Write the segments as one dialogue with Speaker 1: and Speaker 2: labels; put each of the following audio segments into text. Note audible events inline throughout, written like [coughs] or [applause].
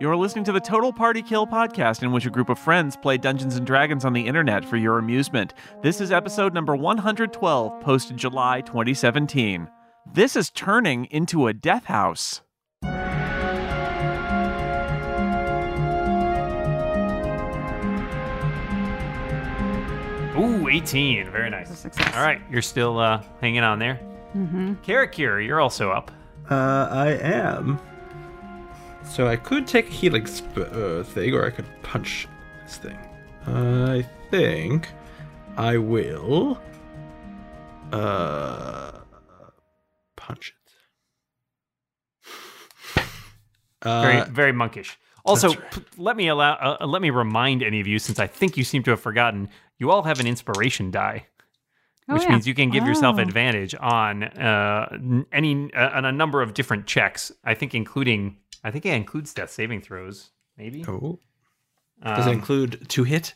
Speaker 1: You're listening to the Total Party Kill podcast, in which a group of friends play Dungeons and Dragons on the internet for your amusement. This is episode number 112, posted July 2017. This is turning into a death house.
Speaker 2: Ooh, 18. Very nice.
Speaker 3: success.
Speaker 2: All right, you're still uh, hanging on there. Mm-hmm. Karakir, you're also up.
Speaker 4: Uh, I am. So I could take a healing sp- uh, thing, or I could punch this thing. I think I will. Uh, punch it.
Speaker 2: Very,
Speaker 4: Uh,
Speaker 2: very monkish. Also,
Speaker 4: right.
Speaker 2: p- let me allow. Uh, uh, let me remind any of you, since I think you seem to have forgotten, you all have an inspiration die,
Speaker 3: Oh,
Speaker 2: which
Speaker 3: yeah.
Speaker 2: means you can give yourself
Speaker 3: Oh.
Speaker 2: advantage on uh, n- any uh, on a number of different checks. I think including. I think it includes death saving throws. Maybe
Speaker 4: oh, does it
Speaker 2: Um,
Speaker 4: include two hit?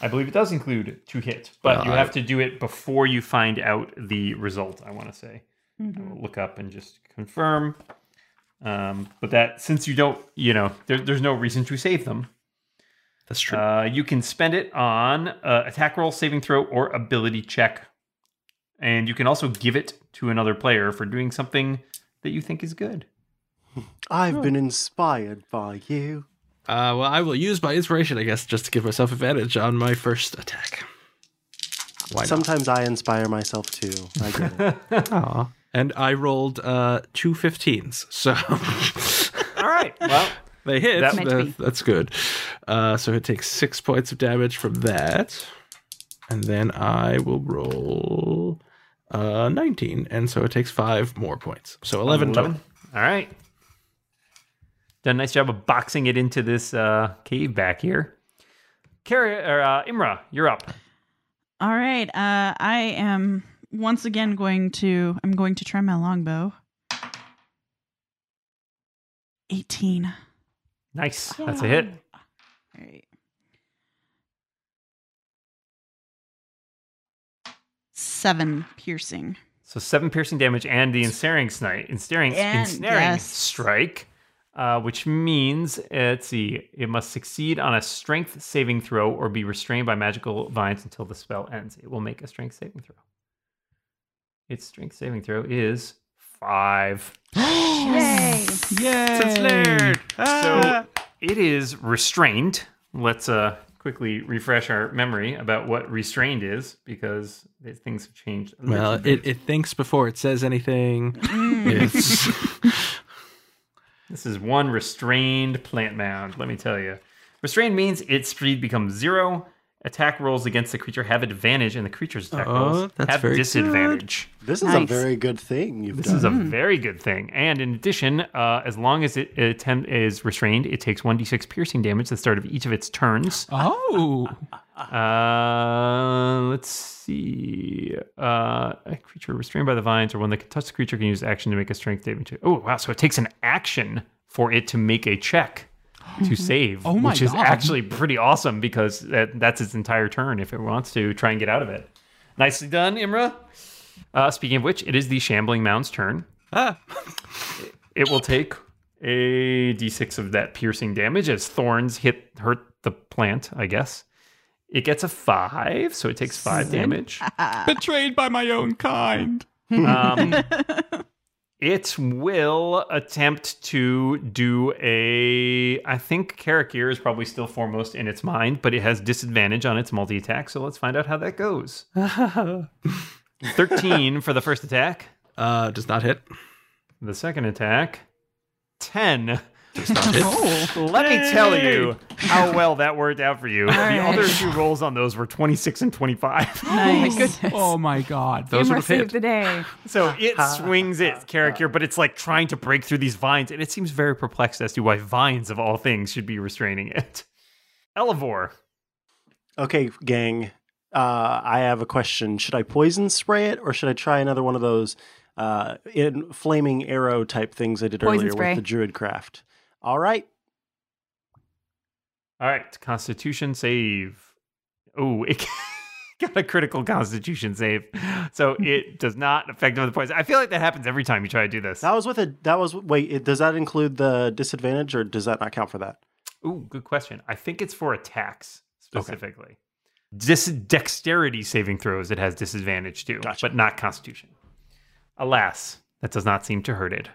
Speaker 2: I believe it does include two hits, but
Speaker 4: Well,
Speaker 2: you
Speaker 4: I-
Speaker 2: have to do it before you find out the result. I want to say, I will look up and just confirm. Um, but that since you don't, you know, there, there's no reason to save them.
Speaker 4: That's true.
Speaker 2: Uh, you can spend it on uh, attack roll, saving throw, or ability check, and you can also give it to another player for doing something that you think is good.
Speaker 5: I've
Speaker 6: Oh.
Speaker 5: been inspired by you.
Speaker 4: Uh, well, I will use my inspiration, I guess, just to give myself advantage on my first attack. Why not?
Speaker 5: Sometimes I inspire myself too. I get it.
Speaker 4: Aw. And I rolled uh, two 15s, so [laughs]
Speaker 2: All right. Well,
Speaker 4: they hit.
Speaker 2: That-
Speaker 3: Meant to
Speaker 4: That-
Speaker 3: be.
Speaker 4: that's good. Uh, so it takes six points of damage from that. And then I will roll uh, 19, and so it takes five more points. So 11,
Speaker 2: Oh.
Speaker 4: total.
Speaker 2: All right. Done a nice job of boxing it into this uh, cave back here. Carrie or uh, Imra, you're up.
Speaker 3: All right. Uh, I am once again going to. I'm going to try my longbow. Eighteen.
Speaker 2: Nice. That's a hit.
Speaker 3: All right. Seven piercing.
Speaker 2: So seven piercing damage and the ensnaring snipe, ensnaring,
Speaker 3: And-
Speaker 2: ensnaring
Speaker 3: yes.
Speaker 2: strike, uh, which means uh, let's see, it must succeed on a strength saving throw or be restrained by magical vines until the spell ends. It will make a strength saving throw. Its strength saving throw is five.
Speaker 3: Yay!
Speaker 2: So it is restrained. Let's uh, quickly refresh our memory about what restrained is because th- things have changed. a
Speaker 4: Well,
Speaker 2: little bit.
Speaker 4: it, it thinks before it says anything.
Speaker 3: Mm.
Speaker 4: It's-
Speaker 2: this is one restrained plant mound. Let me tell you, restrained means its speed becomes zero. Attack rolls against the creature have advantage, and the creature's attack
Speaker 4: Oh,
Speaker 2: rolls
Speaker 4: that's
Speaker 2: have
Speaker 4: very good.
Speaker 2: disadvantage.
Speaker 5: This is a
Speaker 3: Nice.
Speaker 5: very good thing you've
Speaker 2: This
Speaker 5: done.
Speaker 2: is a very good thing. And in addition, uh, as long as it, it attempt is restrained, it takes 1d6 piercing damage at the start of each of its turns.
Speaker 4: oh.
Speaker 2: [laughs] Uh, let's see. Uh, a creature restrained by the vines, or one that can touch the creature, can use action to make a strength saving check. Oh wow! So it takes an action for it to make a check to save,
Speaker 7: my
Speaker 2: which is
Speaker 7: God.
Speaker 2: actually pretty awesome because that, that's its entire turn if it wants to try and get out of it. Nicely done, Imra. Uh, speaking of which, it is the shambling mound's turn.
Speaker 4: Ah.
Speaker 2: It will take a d6 of that piercing damage as thorns hit hurt the plant, I guess. It gets a five, so it takes five damage.
Speaker 7: Betrayed by my own kind.
Speaker 2: Um, it will attempt to do a. I think Karakir is probably still foremost in its mind, but it has disadvantage on its multi attack, so let's find out how that goes. 13 for the first attack.
Speaker 4: Uh, does not hit.
Speaker 2: The second attack, 10.
Speaker 3: [laughs] Oh.
Speaker 2: Let me tell you how well that worked out for you. the other two rolls on those were 26 and 25.
Speaker 3: Nice.
Speaker 7: Oh my god.
Speaker 4: Those would have hit.
Speaker 6: saved
Speaker 3: [laughs]
Speaker 6: the day.
Speaker 2: [laughs] so it swings its character, but it's like trying to break through these vines, and it seems very perplexed as to why vines, of all things, should be restraining it. [laughs] Elevore.
Speaker 5: Okay, gang. Uh, I have a question. Should I poison spray it, or should I try another one of those uh, in flaming arrow type things I did
Speaker 6: Poison
Speaker 5: earlier
Speaker 6: spray.
Speaker 5: with the druid craft? All right.
Speaker 2: All right, Constitution save. Oh, it [laughs] got a critical Constitution save, so it does not affect other points. I feel like that happens every time you try to do this.
Speaker 5: That was with a. That was wait. It, does that include the disadvantage, or does that not count for that?
Speaker 2: Ooh, good question. I think it's for attacks specifically. Dis- dexterity saving throws it has disadvantage too,
Speaker 5: Gotcha.
Speaker 2: but not constitution. Alas, that does not seem to hurt it.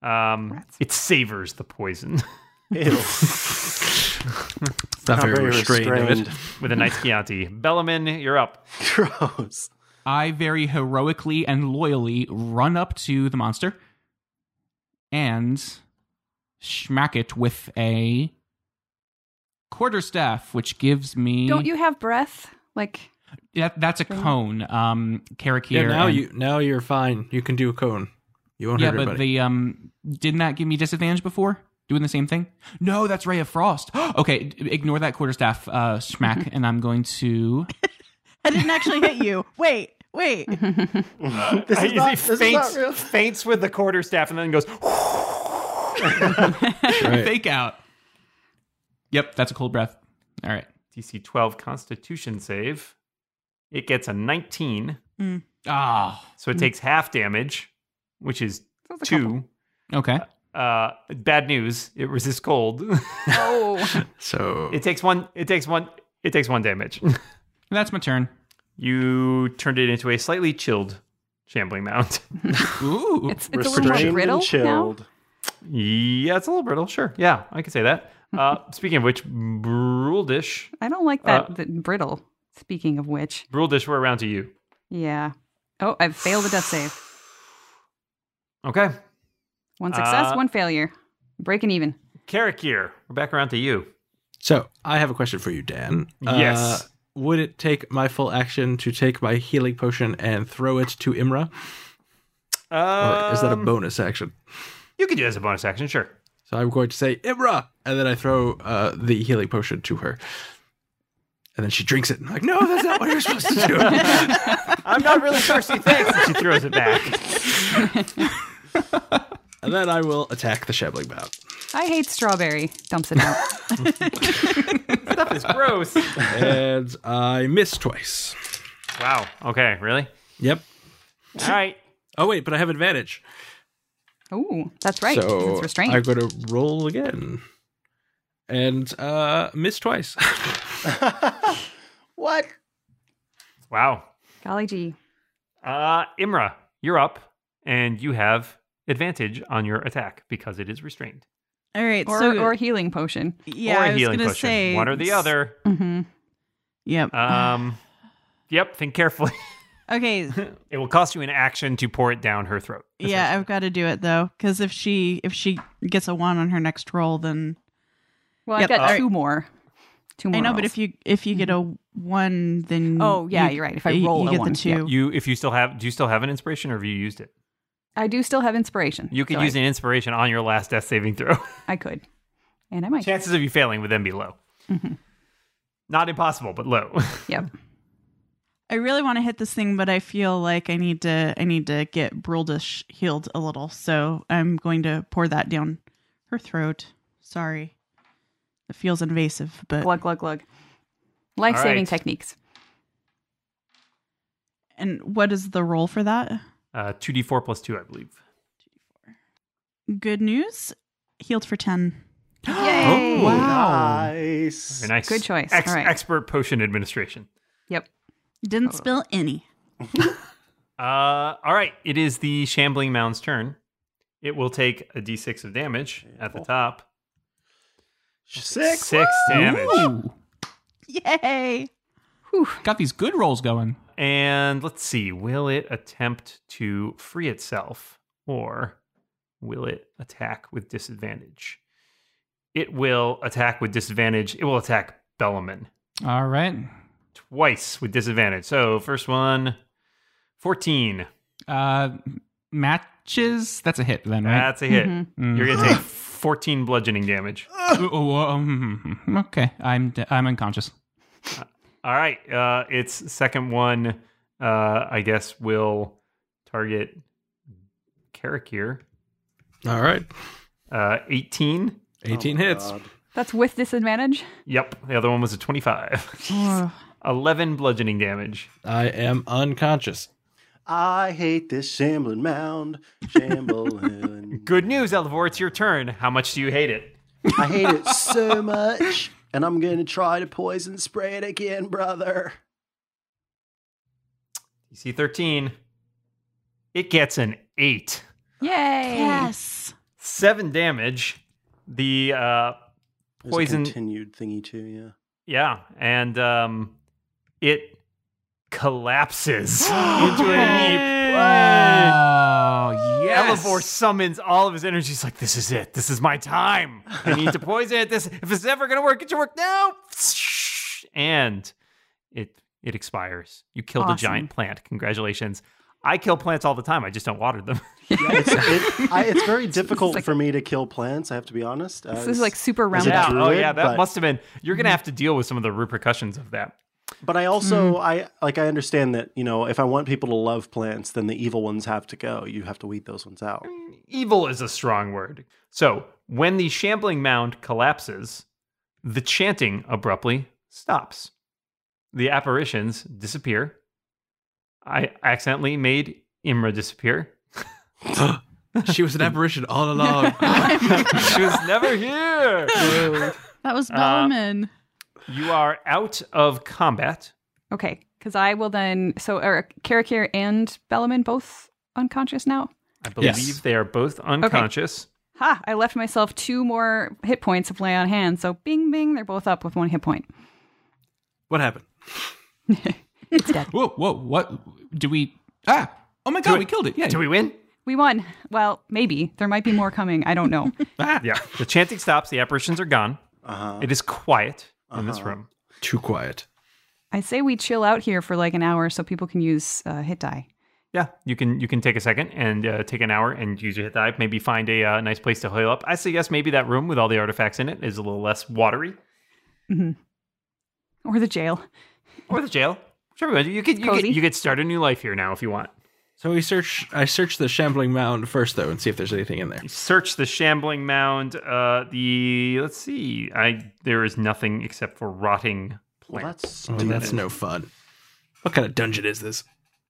Speaker 2: Um, it savors the poison [laughs]
Speaker 5: Ew.
Speaker 4: It's not, very, restrained. of it.
Speaker 2: with a
Speaker 5: [laughs]
Speaker 2: nice Chianti. Bellamin, you're up.
Speaker 5: Gross.
Speaker 7: I very heroically and loyally run up to the monster and smack it with a quarterstaff, which gives
Speaker 3: Mm-hmm.
Speaker 7: me
Speaker 6: Don't you have breath? Like,
Speaker 7: That, that's a cone. Um, Karakir.
Speaker 4: Yeah, now
Speaker 7: and-
Speaker 4: you now you're fine. You can do a cone. You won't
Speaker 7: Yeah,
Speaker 4: hurt
Speaker 7: but
Speaker 4: everybody.
Speaker 7: the um, didn't that give me disadvantage before? Doing the same thing? No, that's Ray of Frost. [gasps] okay, d- ignore that quarterstaff uh,
Speaker 6: [laughs]
Speaker 7: smack, and I'm going to.
Speaker 3: I didn't actually hit you. Wait, wait.
Speaker 2: Mm-hmm. [laughs]
Speaker 5: This is,
Speaker 2: He
Speaker 5: not,
Speaker 2: faints,
Speaker 5: this is not real.
Speaker 2: faints with the quarterstaff and then goes, [laughs]
Speaker 4: Right.
Speaker 7: Fake out. Yep, that's a cold breath. All right.
Speaker 2: DC 12 constitution save. It gets a 19,
Speaker 7: Ah,
Speaker 2: so
Speaker 5: Hmm.
Speaker 2: it takes half damage, which is
Speaker 6: That's a
Speaker 2: two.
Speaker 7: okay.
Speaker 2: Uh, bad news, it resists [laughs] cold.
Speaker 6: oh,
Speaker 4: so
Speaker 2: It takes one. It takes one. It takes one [laughs] damage.
Speaker 7: That's my turn.
Speaker 2: you turned it into a slightly chilled shambling mound.
Speaker 7: Ooh,
Speaker 6: it's, it's a little more brittle now.
Speaker 2: yeah, it's a little brittle. Sure. Yeah, I could say [laughs] that. Uh, speaking of which, Bruldish.
Speaker 6: I don't like that,
Speaker 2: Uh,
Speaker 6: that brittle. Speaking of which,
Speaker 2: Bruldish, we're around to you.
Speaker 6: yeah. Oh, I've failed a death save.
Speaker 2: Okay.
Speaker 6: One success,
Speaker 2: Uh,
Speaker 6: one failure. Breaking even.
Speaker 2: Karakir, we're back around to you.
Speaker 4: so I have a question for you, Dan. Uh,
Speaker 2: yes.
Speaker 4: would it take my full action to take my healing potion and throw it to Imra, or is that a
Speaker 2: Um,
Speaker 4: bonus action?
Speaker 2: You could do that as a bonus action, sure.
Speaker 4: So I'm going to say Imra, and then I throw uh, the healing potion to her, and then she drinks it. And I'm like, no, that's not what you're supposed to
Speaker 6: [laughs]
Speaker 4: do.
Speaker 2: I'm not really thirsty, thanks. And [laughs] she throws it back.
Speaker 4: and then I will attack the shambling mound.
Speaker 6: I hate strawberry. Dumps it out.
Speaker 3: [laughs]
Speaker 2: Stuff is gross.
Speaker 4: and I miss twice.
Speaker 2: Wow. Okay, really?
Speaker 4: Yep.
Speaker 2: All right.
Speaker 4: Oh wait, but I have advantage.
Speaker 6: Ooh, that's right. 'cause
Speaker 4: So
Speaker 6: it's restrained.
Speaker 4: I'm going to roll again, and uh, miss twice. [laughs]
Speaker 5: What?
Speaker 2: Wow.
Speaker 6: Golly gee.
Speaker 2: Uh, Imra, you're up, and you have advantage on your attack because it is restrained.
Speaker 3: All right.
Speaker 6: Or,
Speaker 3: so
Speaker 6: or healing potion.
Speaker 3: yeah,
Speaker 2: or
Speaker 3: I
Speaker 2: a
Speaker 3: was
Speaker 2: healing
Speaker 3: gonna
Speaker 2: potion.
Speaker 3: say
Speaker 2: One or the other.
Speaker 6: hmm
Speaker 3: Yep.
Speaker 2: Um,
Speaker 3: [sighs]
Speaker 2: yep, think carefully. [laughs]
Speaker 3: okay.
Speaker 2: it will cost you an action to pour it down her throat.
Speaker 3: Yeah, I've got to do it though, because if she if she gets a one on her next roll, then
Speaker 6: Well,
Speaker 3: Yep.
Speaker 6: I've got
Speaker 3: Uh,
Speaker 6: two more. Two more.
Speaker 3: I know. But if you if you get a one, then
Speaker 6: Oh, yeah,
Speaker 3: you-
Speaker 6: you're right. If I
Speaker 3: you-
Speaker 6: roll
Speaker 3: you
Speaker 6: a
Speaker 3: get
Speaker 6: one,
Speaker 3: the
Speaker 6: yeah.
Speaker 3: two.
Speaker 2: You, if you still have, do you still have an inspiration, or have you used it?
Speaker 6: I do still have inspiration.
Speaker 2: You could
Speaker 6: so
Speaker 2: use
Speaker 6: I,
Speaker 2: an inspiration on your last death saving throw. [laughs]
Speaker 6: I could. And I might.
Speaker 2: Chances of you failing would then be low.
Speaker 3: Mm-hmm.
Speaker 2: Not impossible, but low. [laughs]
Speaker 6: Yep.
Speaker 3: I really want to hit this thing, but I feel like I need to I need to get Bruldish healed a little, so I'm going to pour that down her throat. Sorry, it feels invasive, but
Speaker 6: Glug, glug, glug. Life saving
Speaker 2: right.
Speaker 3: [gasps]
Speaker 6: techniques.
Speaker 3: and what is the roll for that?
Speaker 2: Uh, 2d4 plus 2, I believe.
Speaker 3: Good news, healed for ten.
Speaker 6: Yay.
Speaker 5: Nice.
Speaker 2: Very nice.
Speaker 6: Good choice.
Speaker 2: Ex-
Speaker 6: All right.
Speaker 2: Expert potion administration.
Speaker 6: Yep.
Speaker 3: Didn't
Speaker 6: Oh.
Speaker 3: spill any.
Speaker 2: Uh, all right. It is the shambling mound's turn. It will take a d6 of damage at the top.
Speaker 5: Six.
Speaker 2: Six damage.
Speaker 7: Ooh,
Speaker 3: Yay!
Speaker 7: got these good rolls going.
Speaker 2: And let's see. Will it attempt to free itself or will it attack with disadvantage? It will attack with disadvantage. It will attack Bellamin
Speaker 7: All right.
Speaker 2: twice with disadvantage. So, first one 14.
Speaker 7: Uh, matches. That's a hit then, right?
Speaker 2: That's a hit.
Speaker 7: Mm.
Speaker 2: You're going to take 14 bludgeoning damage.
Speaker 7: [gasps] Ooh, ooh, um, okay, I'm d- I'm unconscious.
Speaker 2: All right. Uh, its second one, uh, I guess, will target Karakir.
Speaker 4: All right,
Speaker 2: Uh, 18.
Speaker 6: Oh
Speaker 4: eighteen hits.
Speaker 6: That's with disadvantage.
Speaker 2: [laughs] Yep. The other one was a 25.
Speaker 3: Ugh.
Speaker 2: 11 bludgeoning damage.
Speaker 4: I am unconscious.
Speaker 5: I hate this shambling mound. Shambling. [laughs]
Speaker 2: Good news, Elvor. It's your turn. How much do you hate it?
Speaker 5: I hate it so much. And I'm going to try to poison spray it again, brother.
Speaker 2: DC 13. It gets an 8.
Speaker 6: Yay.
Speaker 3: Yes.
Speaker 2: 7 damage. The uh,
Speaker 5: There's a
Speaker 2: Poison-
Speaker 5: continued thingy, too, yeah.
Speaker 2: Yeah, and um, it collapses into a heap.
Speaker 7: Oh, yes.
Speaker 2: Elevor summons all of his energy. He's like, "This is it. This is my time. I need to poison it. This, if it's ever gonna work, it should work now." And it it expires. You killed a
Speaker 3: Awesome.
Speaker 2: giant plant. Congratulations. I kill plants all the time. I just don't water them.
Speaker 5: Yeah, it's, it, I, it's
Speaker 6: [laughs]
Speaker 5: very difficult
Speaker 6: like-
Speaker 5: for me to kill plants. I have to be honest. Uh,
Speaker 6: This is like super
Speaker 5: Is
Speaker 6: round
Speaker 2: [laughs]
Speaker 5: it
Speaker 2: yeah.
Speaker 6: up.
Speaker 5: true?
Speaker 2: Oh
Speaker 5: druid,
Speaker 2: yeah. That
Speaker 5: but-
Speaker 2: must have been. You're gonna have to deal with some of the repercussions of that.
Speaker 5: but I also
Speaker 6: mm.
Speaker 5: I like I understand that you know if I want people to love plants, then the evil ones have to go. You have to weed those ones out.
Speaker 2: evil is a strong word. So when the shambling mound collapses, the chanting abruptly stops. The apparitions disappear. I accidentally made Imra disappear.
Speaker 4: [laughs]
Speaker 2: [laughs]
Speaker 4: she was an apparition all
Speaker 7: [laughs]
Speaker 4: along.
Speaker 2: she was never here.
Speaker 3: That was
Speaker 2: Uh,
Speaker 3: Bellman.
Speaker 2: You are out of combat.
Speaker 6: Okay. Because I will then. So are Karakir and Bellaman both unconscious now?
Speaker 2: I believe
Speaker 4: Yes.
Speaker 2: they are both unconscious.
Speaker 6: Ha! I left myself two more hit points of lay on hand. So bing, bing, they're both up with one hit point.
Speaker 4: what happened?
Speaker 7: Whoa, whoa, what? Do we. Ah! Oh my god, we, killed it. Yeah.
Speaker 2: Do we win?
Speaker 6: We won. Well, maybe. There might be more coming. I don't know.
Speaker 7: Ah,
Speaker 2: Yeah. The chanting stops. The apparitions are gone.
Speaker 5: Uh-huh.
Speaker 2: It is quiet in this room.
Speaker 4: Too quiet.
Speaker 6: I say we chill out here for like an hour so people can use uh, hit die.
Speaker 2: Yeah, you can you can take a second and uh, take an hour and use your hit die. Maybe find a uh, nice place to heal up. I suggest maybe that room with all the artifacts in it is a little less watery,
Speaker 6: Or the jail.
Speaker 2: or the jail. Sure, but you could you could,
Speaker 6: Cozy.
Speaker 2: you could start a new life here now if you want.
Speaker 4: So we search. I search the shambling mound first, though, and see if there's anything in there.
Speaker 2: Search the shambling mound. Uh, the let's see, I there is nothing except for rotting
Speaker 5: Well,
Speaker 2: plants.
Speaker 5: that's
Speaker 4: Oh,
Speaker 5: stupid.
Speaker 4: that's no fun. What kind of dungeon is this?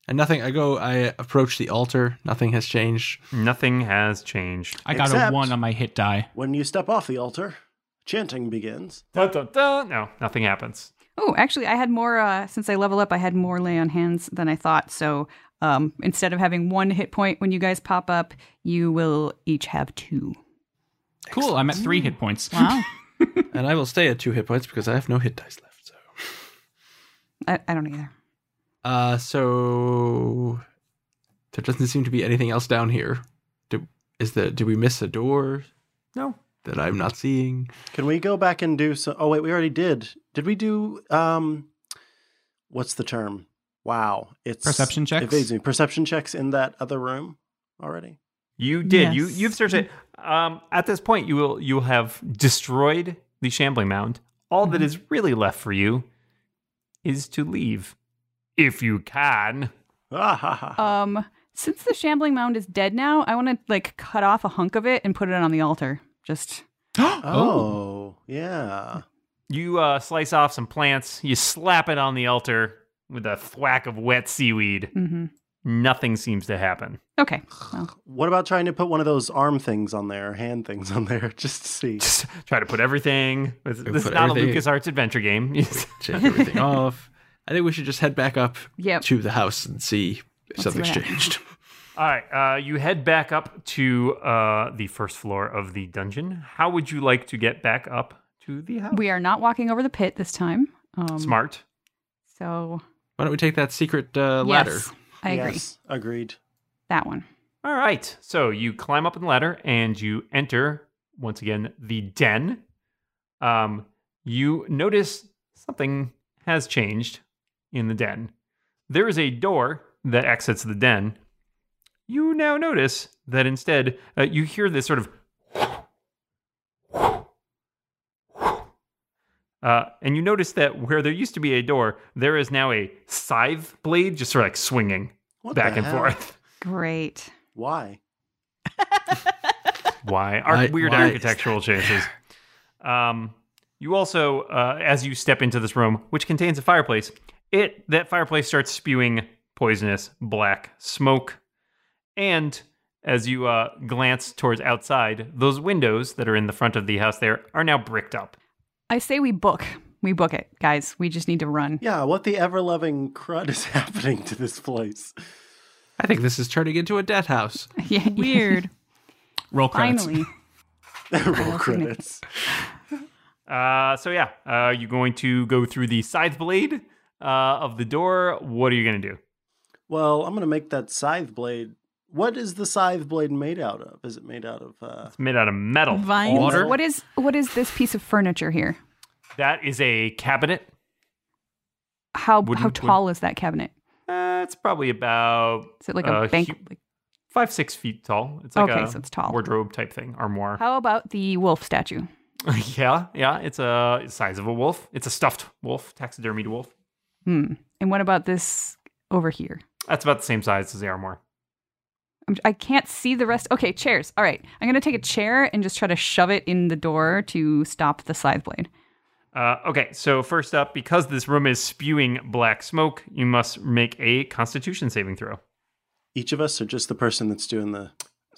Speaker 4: And nothing. I go. I approach the altar. Nothing has changed.
Speaker 2: nothing has changed.
Speaker 7: I got
Speaker 5: Except-
Speaker 7: a one on my hit die.
Speaker 5: When you step off the altar, chanting begins.
Speaker 2: Dun, dun, dun. No, nothing happens.
Speaker 6: Oh, actually, I had more. Uh, since I level up, I had more lay on hands than I thought. So um, instead of having one hit point when you guys pop up, you will each have two.
Speaker 7: Cool, I'm at three hit points. [gasps]
Speaker 3: wow.
Speaker 4: And I will stay at two hit points because I have no hit dice left. So.
Speaker 6: I, I don't either.
Speaker 4: Uh. So. There doesn't seem to be anything else down here. Do is the do we miss a door
Speaker 2: No,
Speaker 4: that I'm not seeing?
Speaker 5: Can we go back and do some? Oh wait, we already did. Did we do um? What's the term? Wow, it's
Speaker 7: Perception checks?
Speaker 5: Evades me. Perception checks in that other room already.
Speaker 2: You did. You
Speaker 3: Yes.
Speaker 2: you've searched it. Um, at this point, you will you have destroyed the shambling mound. All that is really left for you is to leave, if you can.
Speaker 5: Ah, ha, ha, ha.
Speaker 6: Um, since the shambling mound is dead now, I want to like cut off a hunk of it and put it on the altar. Just
Speaker 5: oh yeah.
Speaker 2: You uh, slice off some plants. You slap it on the altar with a thwack of wet seaweed.
Speaker 6: hmm
Speaker 2: Nothing seems to happen. [laughs]
Speaker 6: okay. Well,
Speaker 5: What about trying to put one of those arm things on there, hand things on there, [laughs] just to see?
Speaker 2: Just try to put everything. This,
Speaker 4: Put
Speaker 2: this is not
Speaker 4: everything-
Speaker 2: a LucasArts adventure game.
Speaker 4: Check
Speaker 6: [laughs]
Speaker 4: everything off. I think we should just head back up
Speaker 6: Yep.
Speaker 4: to the house and see if
Speaker 6: Let's
Speaker 4: something's
Speaker 6: see what
Speaker 4: changed.
Speaker 2: [laughs] All right, uh, you head back up to uh, the first floor of the dungeon. How would you like to get back up to the house?
Speaker 6: we are not walking over the pit this time. Um,
Speaker 2: Smart.
Speaker 6: So
Speaker 4: Why don't we take that secret uh, ladder?
Speaker 6: yes, I agree.
Speaker 5: Yes, agreed.
Speaker 6: That one.
Speaker 2: All right. So you climb up the ladder and you enter once again the den. Um, you notice something has changed in the den. There is a door that exits the den. You now notice that instead uh, you hear this sort of [laughs] uh, and you notice that where there used to be a door, there is now a scythe blade just sort of like swinging
Speaker 5: What
Speaker 2: back
Speaker 5: the
Speaker 2: and
Speaker 5: hell?
Speaker 2: forth.
Speaker 6: Great.
Speaker 5: Why?
Speaker 2: Why? Ar-
Speaker 4: Why-
Speaker 2: weird
Speaker 4: [laughs] why is
Speaker 2: architectural chances. Um, You also, uh, as you step into this room, which contains a fireplace, it that fireplace starts spewing poisonous black smoke, and as you uh, glance towards outside, those windows that are in the front of the house there are now bricked up.
Speaker 6: I say we book. We book it, guys. We just need to [laughs] run.
Speaker 5: Yeah, what the ever loving crud is [laughs] happening to this place?
Speaker 4: I think this is turning into a death house.
Speaker 6: Yeah, yeah.
Speaker 3: Weird.
Speaker 7: Roll credits.
Speaker 6: [laughs] Finally.
Speaker 5: Roll credits.
Speaker 2: Uh, so yeah, uh, are you going to go through the scythe blade uh, of the door? What are you going to do?
Speaker 5: Well, I'm going to make that scythe blade. What is the scythe blade made out of? Is it made out of. Uh...
Speaker 2: It's made out of metal.
Speaker 3: Vines.
Speaker 4: Water.
Speaker 6: What is what is this piece of furniture here?
Speaker 2: That is a cabinet.
Speaker 6: How
Speaker 2: Wooden-
Speaker 6: how
Speaker 2: wooden-
Speaker 6: tall is that cabinet?
Speaker 2: Uh, it's probably about
Speaker 6: Is it like a
Speaker 2: Uh,
Speaker 6: bank?
Speaker 2: hu-
Speaker 6: like-
Speaker 2: five six feet tall. It's like
Speaker 6: Okay,
Speaker 2: a
Speaker 6: so it's tall.
Speaker 2: wardrobe type thing, armoire.
Speaker 6: how about the wolf statue?
Speaker 2: [laughs] yeah, yeah. It's a it's size of a wolf. It's a stuffed wolf, taxidermied wolf.
Speaker 6: Hmm. And what about this over here?
Speaker 2: That's about the same size as the armoire.
Speaker 6: I'm, I can't see the rest. Okay, chairs. All right. I'm going to take a chair and just try to shove it in the door to stop the scythe blade.
Speaker 2: Uh, okay, so first up, because this room is spewing black smoke, you must make a Constitution saving throw.
Speaker 5: Each of us or just the person that's doing the.
Speaker 2: Uh,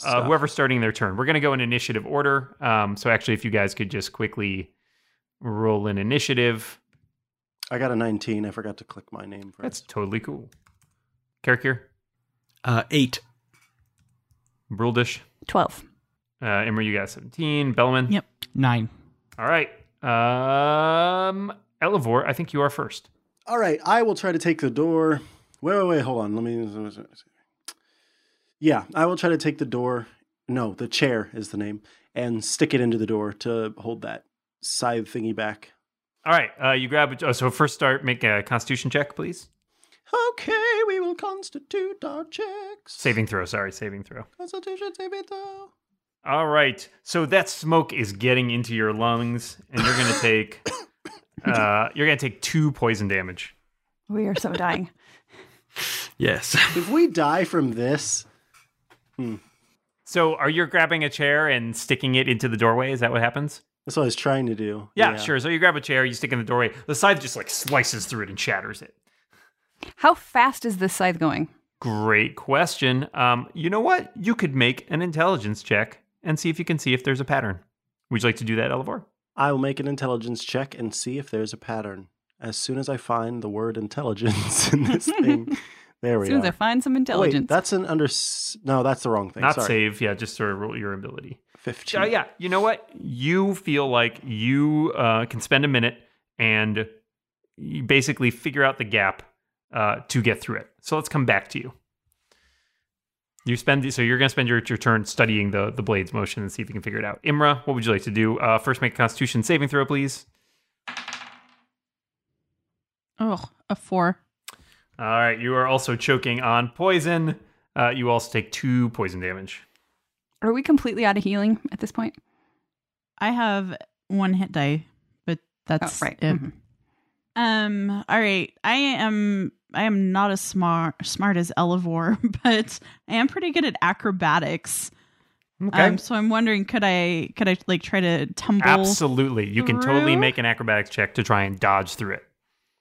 Speaker 5: stuff?
Speaker 2: whoever's starting their turn, we're going to go in initiative order. Um, so actually, if you guys could just quickly roll in initiative,
Speaker 5: I got a 19. I forgot to click my name for
Speaker 2: that's
Speaker 5: it.
Speaker 2: totally cool. Karikir,
Speaker 4: Uh, eight.
Speaker 2: Bruldish,
Speaker 6: 12.
Speaker 2: uh, Emery, you got seventeen. Bellman,
Speaker 3: Yep.
Speaker 7: Nine.
Speaker 2: All right. Um, Elevore, I think you are first.
Speaker 5: All right, I will try to take the door. Wait, wait, wait, hold on. Let me. Yeah, I will try to take the door. No, the chair is the name, and stick it into the door to hold that scythe thingy back.
Speaker 2: All right. Uh, you grab. Oh, so first, start make a Constitution check, please.
Speaker 5: Okay, we will constitute our checks.
Speaker 2: Saving throw. Sorry, saving throw.
Speaker 5: Constitution saving throw.
Speaker 2: All right. So that smoke is getting into your lungs, and you're gonna take. [coughs] uh, you're gonna take two poison damage.
Speaker 6: We are so dying. [laughs]
Speaker 4: Yes. [laughs]
Speaker 5: If we die from this,
Speaker 2: So, are you grabbing a chair and sticking it into the doorway? Is that what happens?
Speaker 5: that's what I was trying to do.
Speaker 2: Yeah, sure. So you grab a chair, you stick it in the doorway. The scythe just like slices through it and shatters it.
Speaker 6: How fast is this scythe going?
Speaker 2: Great question. Um, you know what? You could make an intelligence check and see if you can see if there's a pattern. Would you like to do that, Elevor?
Speaker 5: I will make an intelligence check and see if there's a pattern. As soon as I find the word intelligence in this
Speaker 2: [laughs]
Speaker 5: thing, there we
Speaker 6: As soon
Speaker 5: are. Oh,
Speaker 6: as I find some
Speaker 5: Wait,
Speaker 6: intelligence.
Speaker 5: that's an under. No, that's the wrong thing.
Speaker 2: Not
Speaker 5: Sorry.
Speaker 2: save, yeah, just sort of roll your ability.
Speaker 5: Fifteen.
Speaker 2: Uh, yeah, you know what? You feel like you uh, can spend a minute and you basically figure out the gap uh, to get through it. So let's come back to you. You spend so you're going to spend your, your turn studying the the blade's motion and see if you can figure it out. Imra, what would you like to do? Uh, first, make a Constitution saving throw, please.
Speaker 3: Oh, a four.
Speaker 2: All right, you are also choking on poison. Uh, you also take two poison damage.
Speaker 6: are we completely out of healing at this point?
Speaker 3: I have one hit die, but that's
Speaker 6: Oh, right.
Speaker 3: it.
Speaker 6: Mhm.
Speaker 3: Um. All right. I am. I am not as smart smart as Elevore, [laughs] but I am pretty good at acrobatics.
Speaker 2: Okay.
Speaker 3: Um. So I'm wondering, could I could I like try to tumble?
Speaker 2: Absolutely. You can totally
Speaker 3: Through?
Speaker 2: make an acrobatics check to try and dodge through it.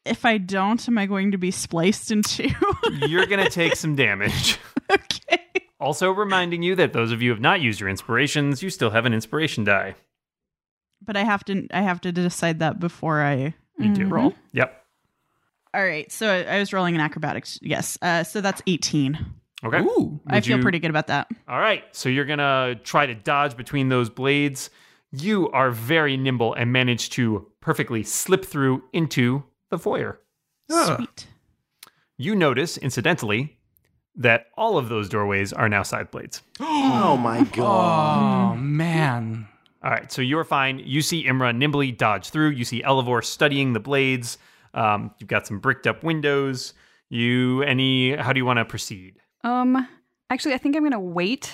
Speaker 3: If I don't, am I going to be spliced in two? [laughs]
Speaker 2: You're going to take some damage.
Speaker 3: okay.
Speaker 2: Also, reminding you that those of you who have not used your inspirations, you still have an inspiration die.
Speaker 3: But I have to. I have to decide that before I
Speaker 2: You do.
Speaker 3: roll.
Speaker 2: Yep.
Speaker 3: All right. So I, I was rolling an acrobatics. Yes. Uh. So that's eighteen.
Speaker 2: Okay.
Speaker 7: Ooh.
Speaker 3: I
Speaker 2: Would
Speaker 3: feel
Speaker 2: you-
Speaker 3: pretty good about that.
Speaker 2: All right. So you're going to try to dodge between those blades. You are very nimble and manage to perfectly slip through into the foyer.
Speaker 3: Sweet.
Speaker 2: You notice, incidentally, that all of those doorways are now side blades.
Speaker 5: Oh my god.
Speaker 7: Oh man.
Speaker 2: All right, so you're fine. You see Imra nimbly dodge through. You see Elevor studying the blades. Um, you've got some bricked up windows. You any? How do you want to proceed?
Speaker 6: Um, actually, I think I'm going to wait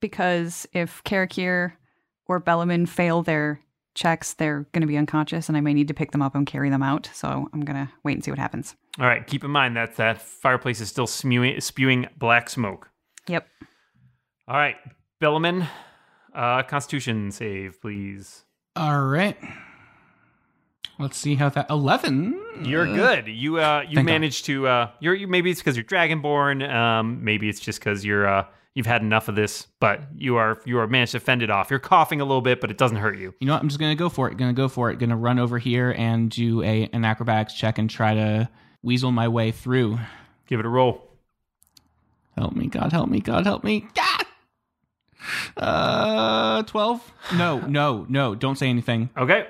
Speaker 6: because if Karakir or Bellaman fail their checks, they're going to be unconscious, and I may need to pick them up and carry them out. So I'm going to wait and see what happens.
Speaker 2: All right, keep in mind that that fireplace is still smewing, spewing black smoke.
Speaker 6: Yep.
Speaker 2: All right, Bellaman, uh, Constitution save, please.
Speaker 7: All right. Let's see how that. 11.
Speaker 2: You're good. You uh, you
Speaker 7: Uh-huh. Thank God.
Speaker 2: managed to uh, you're you, maybe it's because you're dragonborn. Um, maybe it's just because you're uh, you've had enough of this. But you are you are managed to fend it off. You're coughing a little bit, but it doesn't hurt you.
Speaker 7: You know what? I'm just going to go for it. Going to go for it. Going to run over here and do a an acrobatics check and try to weasel my way through.
Speaker 2: Give it a roll.
Speaker 7: Help me, God, help me, God, help me. Ah! Uh, 12? No, no, no. Don't say anything.
Speaker 2: Okay.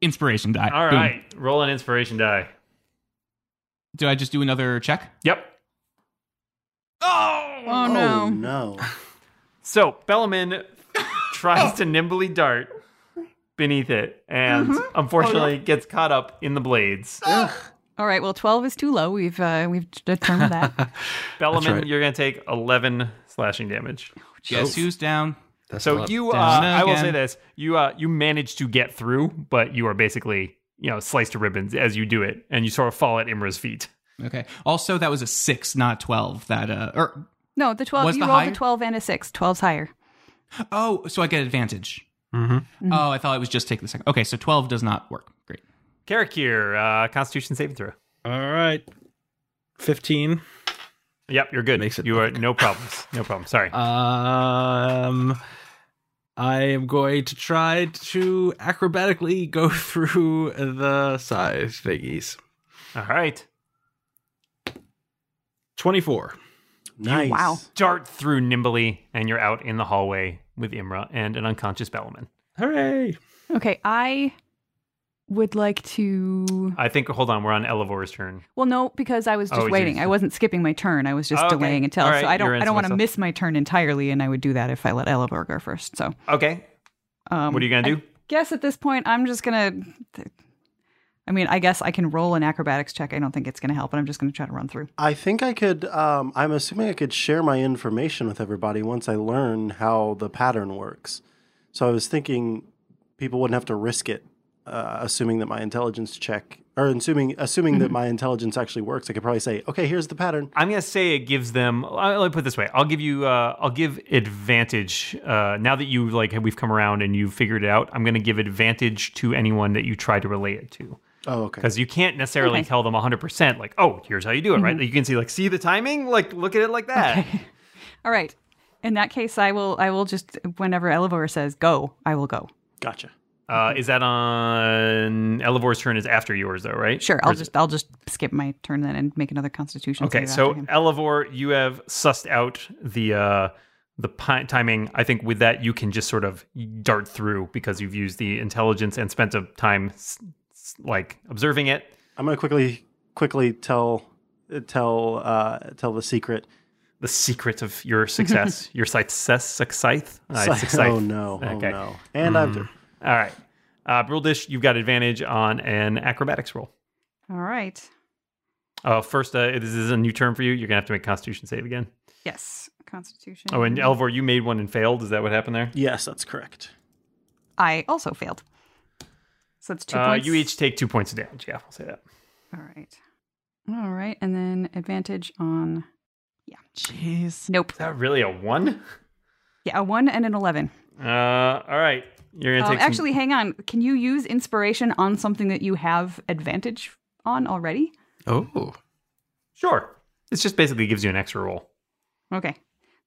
Speaker 7: Inspiration die.
Speaker 2: All
Speaker 7: Boom.
Speaker 2: right. Roll an inspiration die.
Speaker 7: Do I just do another check?
Speaker 2: Yep.
Speaker 3: Oh no.
Speaker 5: Oh no.
Speaker 2: So Bellamin tries to nimbly dart beneath it, and unfortunately gets caught up in the blades.
Speaker 6: All right. Well, twelve is too low. We've uh, we've
Speaker 5: [laughs]
Speaker 6: determined that.
Speaker 2: Bellamin,
Speaker 4: right.
Speaker 2: you're gonna take eleven slashing damage.
Speaker 7: Guess who's down?
Speaker 4: That's a
Speaker 2: So
Speaker 4: lot.
Speaker 2: you, uh,
Speaker 7: Down
Speaker 2: I will
Speaker 7: again.
Speaker 2: say this: you uh, you manage to get through, but you are basically you know sliced to ribbons as you do it, and you sort of fall at Imra's feet.
Speaker 7: Okay. Also, that was a 6, not 12. That, uh, or,
Speaker 6: no, the twelve.
Speaker 7: Was
Speaker 6: you
Speaker 7: the
Speaker 6: rolled
Speaker 7: higher?
Speaker 6: a twelve and a six. 12's higher.
Speaker 7: oh, so I get advantage. Mm-hmm. Oh, I thought it was just take the second. Okay, so 12 does not work. Great.
Speaker 2: Karakir, uh, Constitution saving throw.
Speaker 4: all right. 15.
Speaker 2: Yep, you're good.
Speaker 4: Makes it
Speaker 2: you are no problems. No problem. Sorry.
Speaker 4: Um, I am going to try to acrobatically go [laughs] through the side thingies.
Speaker 2: All right.
Speaker 4: 24.
Speaker 5: Nice.
Speaker 6: [laughs] Wow.
Speaker 2: Dart through nimbly, and you're out in the hallway with Imra and an unconscious Bellamin.
Speaker 4: Hooray.
Speaker 6: Okay, I would like to.
Speaker 2: I think. Hold on, we're on Elevor's turn.
Speaker 6: Well, no, because I was just
Speaker 2: Oh,
Speaker 6: waiting.
Speaker 2: geez.
Speaker 6: I wasn't skipping my turn. I was just
Speaker 2: Oh, okay.
Speaker 6: delaying until.
Speaker 2: All right,
Speaker 6: So I don't.
Speaker 2: you're in
Speaker 6: I don't want to
Speaker 2: Samantha.
Speaker 6: miss my turn entirely, and I would do that if I let Elevor go first. So,
Speaker 2: Okay.
Speaker 6: um,
Speaker 2: What are you gonna do?
Speaker 6: guess at this point, I'm just gonna. I mean, I guess I can roll an acrobatics check. I don't think it's gonna help, but I'm just gonna try to run through.
Speaker 5: I think I could. Um, I'm assuming I could share my information with everybody once I learn how the pattern works. So I was thinking people wouldn't have to risk it, uh, assuming that my intelligence check or assuming assuming
Speaker 6: Mm-hmm.
Speaker 5: that my intelligence actually works. I could probably say, okay, here's the pattern.
Speaker 2: I'm gonna say it gives them. I- Let me put it this way: I'll give you. Uh, I'll give advantage uh, now that you like. We've come around and you've figured it out. I'm gonna give advantage to anyone that you try to relate it to,
Speaker 5: Oh, okay.
Speaker 2: because you can't necessarily
Speaker 6: Okay. Mm-hmm.
Speaker 2: tell them 100. percent Like, oh, here's how you do it, right? You can see like, see the timing. Like, look at it like that.
Speaker 6: All right. In that case, I will. I will just whenever Elevor says go, I will go.
Speaker 5: Gotcha.
Speaker 2: Uh, is that on Elevor's turn? Is after yours though, right?
Speaker 6: Sure,
Speaker 2: Or
Speaker 6: I'll
Speaker 2: is
Speaker 6: just. I'll just skip my turn then and make another Constitution.
Speaker 2: Okay,
Speaker 6: save
Speaker 2: so
Speaker 6: after him.
Speaker 2: Elevor, you have sussed out the uh, the pi- timing. I think with that, you can just sort of dart through because you've used the intelligence and spent a time s- s- like observing it.
Speaker 5: I'm gonna quickly quickly tell tell uh, tell the secret.
Speaker 2: The secret of
Speaker 6: [laughs]
Speaker 2: your success, your success, success, uh,
Speaker 5: Si-
Speaker 2: success.
Speaker 5: [laughs] oh no!
Speaker 2: Okay.
Speaker 5: Oh no! And I've
Speaker 2: All right, uh, Bruldish, you've got advantage on an acrobatics roll.
Speaker 6: all right.
Speaker 2: Uh, first, uh, this is a new term for you. You're gonna have to make Constitution save again.
Speaker 6: Yes, Constitution.
Speaker 2: Oh, and Elvor, you made one and failed. Is that what happened there?
Speaker 5: yes, that's correct.
Speaker 6: I also failed. So it's two
Speaker 2: Uh,
Speaker 6: points.
Speaker 2: you each take two points of damage. Yeah, I'll say that.
Speaker 6: All right. All right, and then advantage on.
Speaker 3: Jeez.
Speaker 6: Nope.
Speaker 2: Is that really a one?
Speaker 6: Yeah, a one and an eleven.
Speaker 2: Uh, all right. You're gonna
Speaker 6: Um,
Speaker 2: take some-
Speaker 6: actually, hang on. Can you use inspiration on something that you have advantage on already?
Speaker 4: Oh.
Speaker 2: sure. This just basically gives you an extra roll.
Speaker 6: Okay,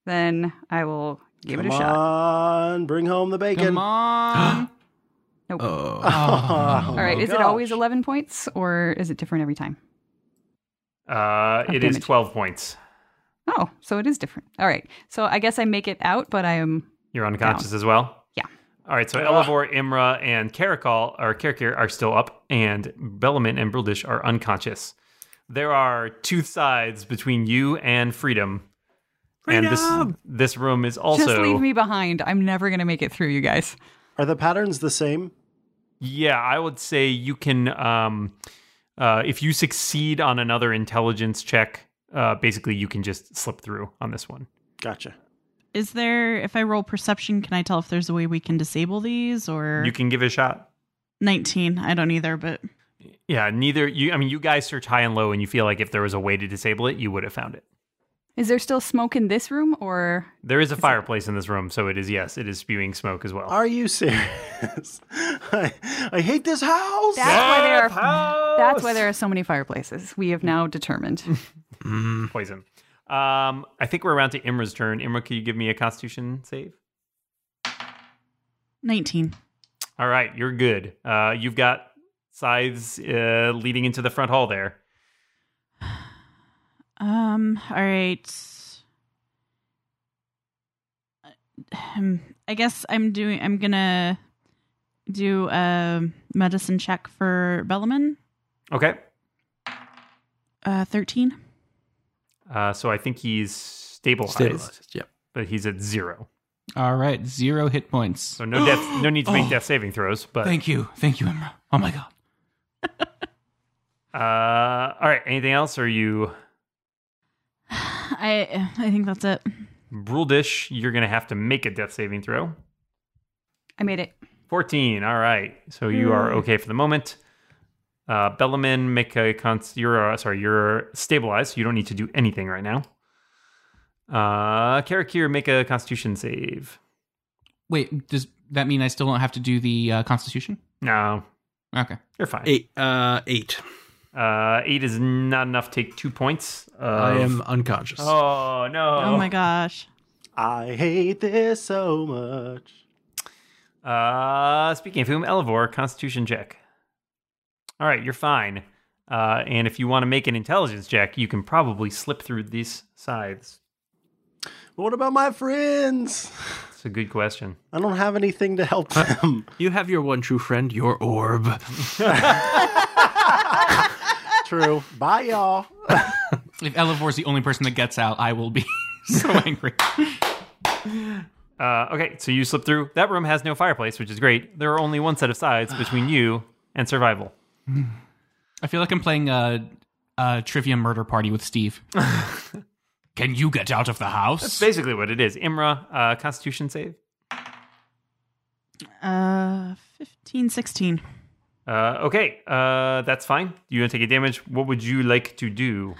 Speaker 6: then I will give it
Speaker 5: Come
Speaker 6: a shot.
Speaker 5: on, bring home the bacon. [laughs]
Speaker 7: Come on. [gasps]
Speaker 6: Nope.
Speaker 4: Oh.
Speaker 5: All
Speaker 6: All right, is it always eleven points or is it different every time?
Speaker 2: Uh, it is
Speaker 6: damage.
Speaker 2: twelve points.
Speaker 6: Oh, so it is different. All right, so I guess I make it out, but I am
Speaker 2: You're unconscious as well.
Speaker 6: Yeah.
Speaker 2: All right. So Elevor, Imra, and Karakal or Karakir are still up, and Bellamin and Brildish are unconscious. There are two sides between you and freedom. And this
Speaker 4: Freedom!
Speaker 2: this room is also
Speaker 6: just leave me behind. I'm never gonna make it through, you guys.
Speaker 5: Are the patterns the same?
Speaker 2: Yeah, I would say you can. Um, uh, if you succeed on another intelligence check, uh, basically you can just slip through on this one.
Speaker 5: Gotcha.
Speaker 3: Is there if I roll perception, can I tell if there's a way we can disable these or
Speaker 2: You can give it a shot.
Speaker 3: nineteen? I don't either, but
Speaker 2: Yeah, neither you. I mean, you guys search high and low, and you feel like if there was a way to disable it, you would have found it.
Speaker 6: Is there still smoke in this room, or
Speaker 2: There is a fireplace in this room, so it is yes, it is spewing smoke as well.
Speaker 5: Are you serious? [laughs] I, I hate this house.
Speaker 6: That's why there are.
Speaker 2: House!
Speaker 6: That's why there are so many fireplaces. We have now determined.
Speaker 4: Mm,
Speaker 2: poison. Um, I think we're around to Imra's turn. Imra, can you give me a Constitution save?
Speaker 3: 19.
Speaker 2: All right, you're good. Uh, you've got scythes uh, leading into the front hall there.
Speaker 3: Um, all right. Um, I guess I'm doing I'm going to do a medicine check for Bellaman.
Speaker 2: Okay.
Speaker 3: Uh 13.
Speaker 2: Uh, so I think he's stabilized,
Speaker 4: stabilized. Yep.
Speaker 2: but he's at zero.
Speaker 7: All right, zero hit points.
Speaker 2: So no death, no need to make death saving throws. But
Speaker 7: Thank you, thank you, Emra. Oh my god.
Speaker 2: uh, all right, anything else? Are you
Speaker 3: I I think that's it.
Speaker 2: Bruldish? You're gonna have to make a death saving throw.
Speaker 6: I made it.
Speaker 2: 14. All right. So you are
Speaker 4: Hmm.
Speaker 2: okay for the moment. Uh, Bellamin, make a cons. You're uh, sorry. You're stabilized. So you don't need to do anything right now. Uh, Karakir, make a Constitution save.
Speaker 7: Wait, does that mean I still don't have to do the uh, Constitution?
Speaker 2: No,
Speaker 7: Okay.
Speaker 2: you're fine.
Speaker 4: Eight. Uh, eight.
Speaker 2: Uh, eight is not enough. Take two points. Uh,
Speaker 4: I am unconscious.
Speaker 2: Oh no.
Speaker 3: Oh my gosh.
Speaker 5: I hate this so much.
Speaker 2: Uh, speaking of whom, Elevor, Constitution check. All right, you're fine. Uh, and if you want to make an intelligence check, you can probably slip through these scythes.
Speaker 5: But what about my friends?
Speaker 2: It's a good question.
Speaker 5: I don't have anything to help them.
Speaker 4: You have your one true friend, your orb.
Speaker 5: True. Bye, y'all.
Speaker 7: If Elivor's the only person that gets out, I will be [laughs] so angry.
Speaker 2: Uh, okay, so you slip through. That room has no fireplace, which is great. There are only one set of sides between you and survival.
Speaker 7: I feel like I'm playing a, a trivia murder party with [laughs] Steve. Can you get out of the house?
Speaker 2: Basically, what it is. Imra, uh, Constitution save.
Speaker 3: Uh 15 16.
Speaker 2: Uh, okay, uh, that's fine. You don't take a damage. What would you like to do?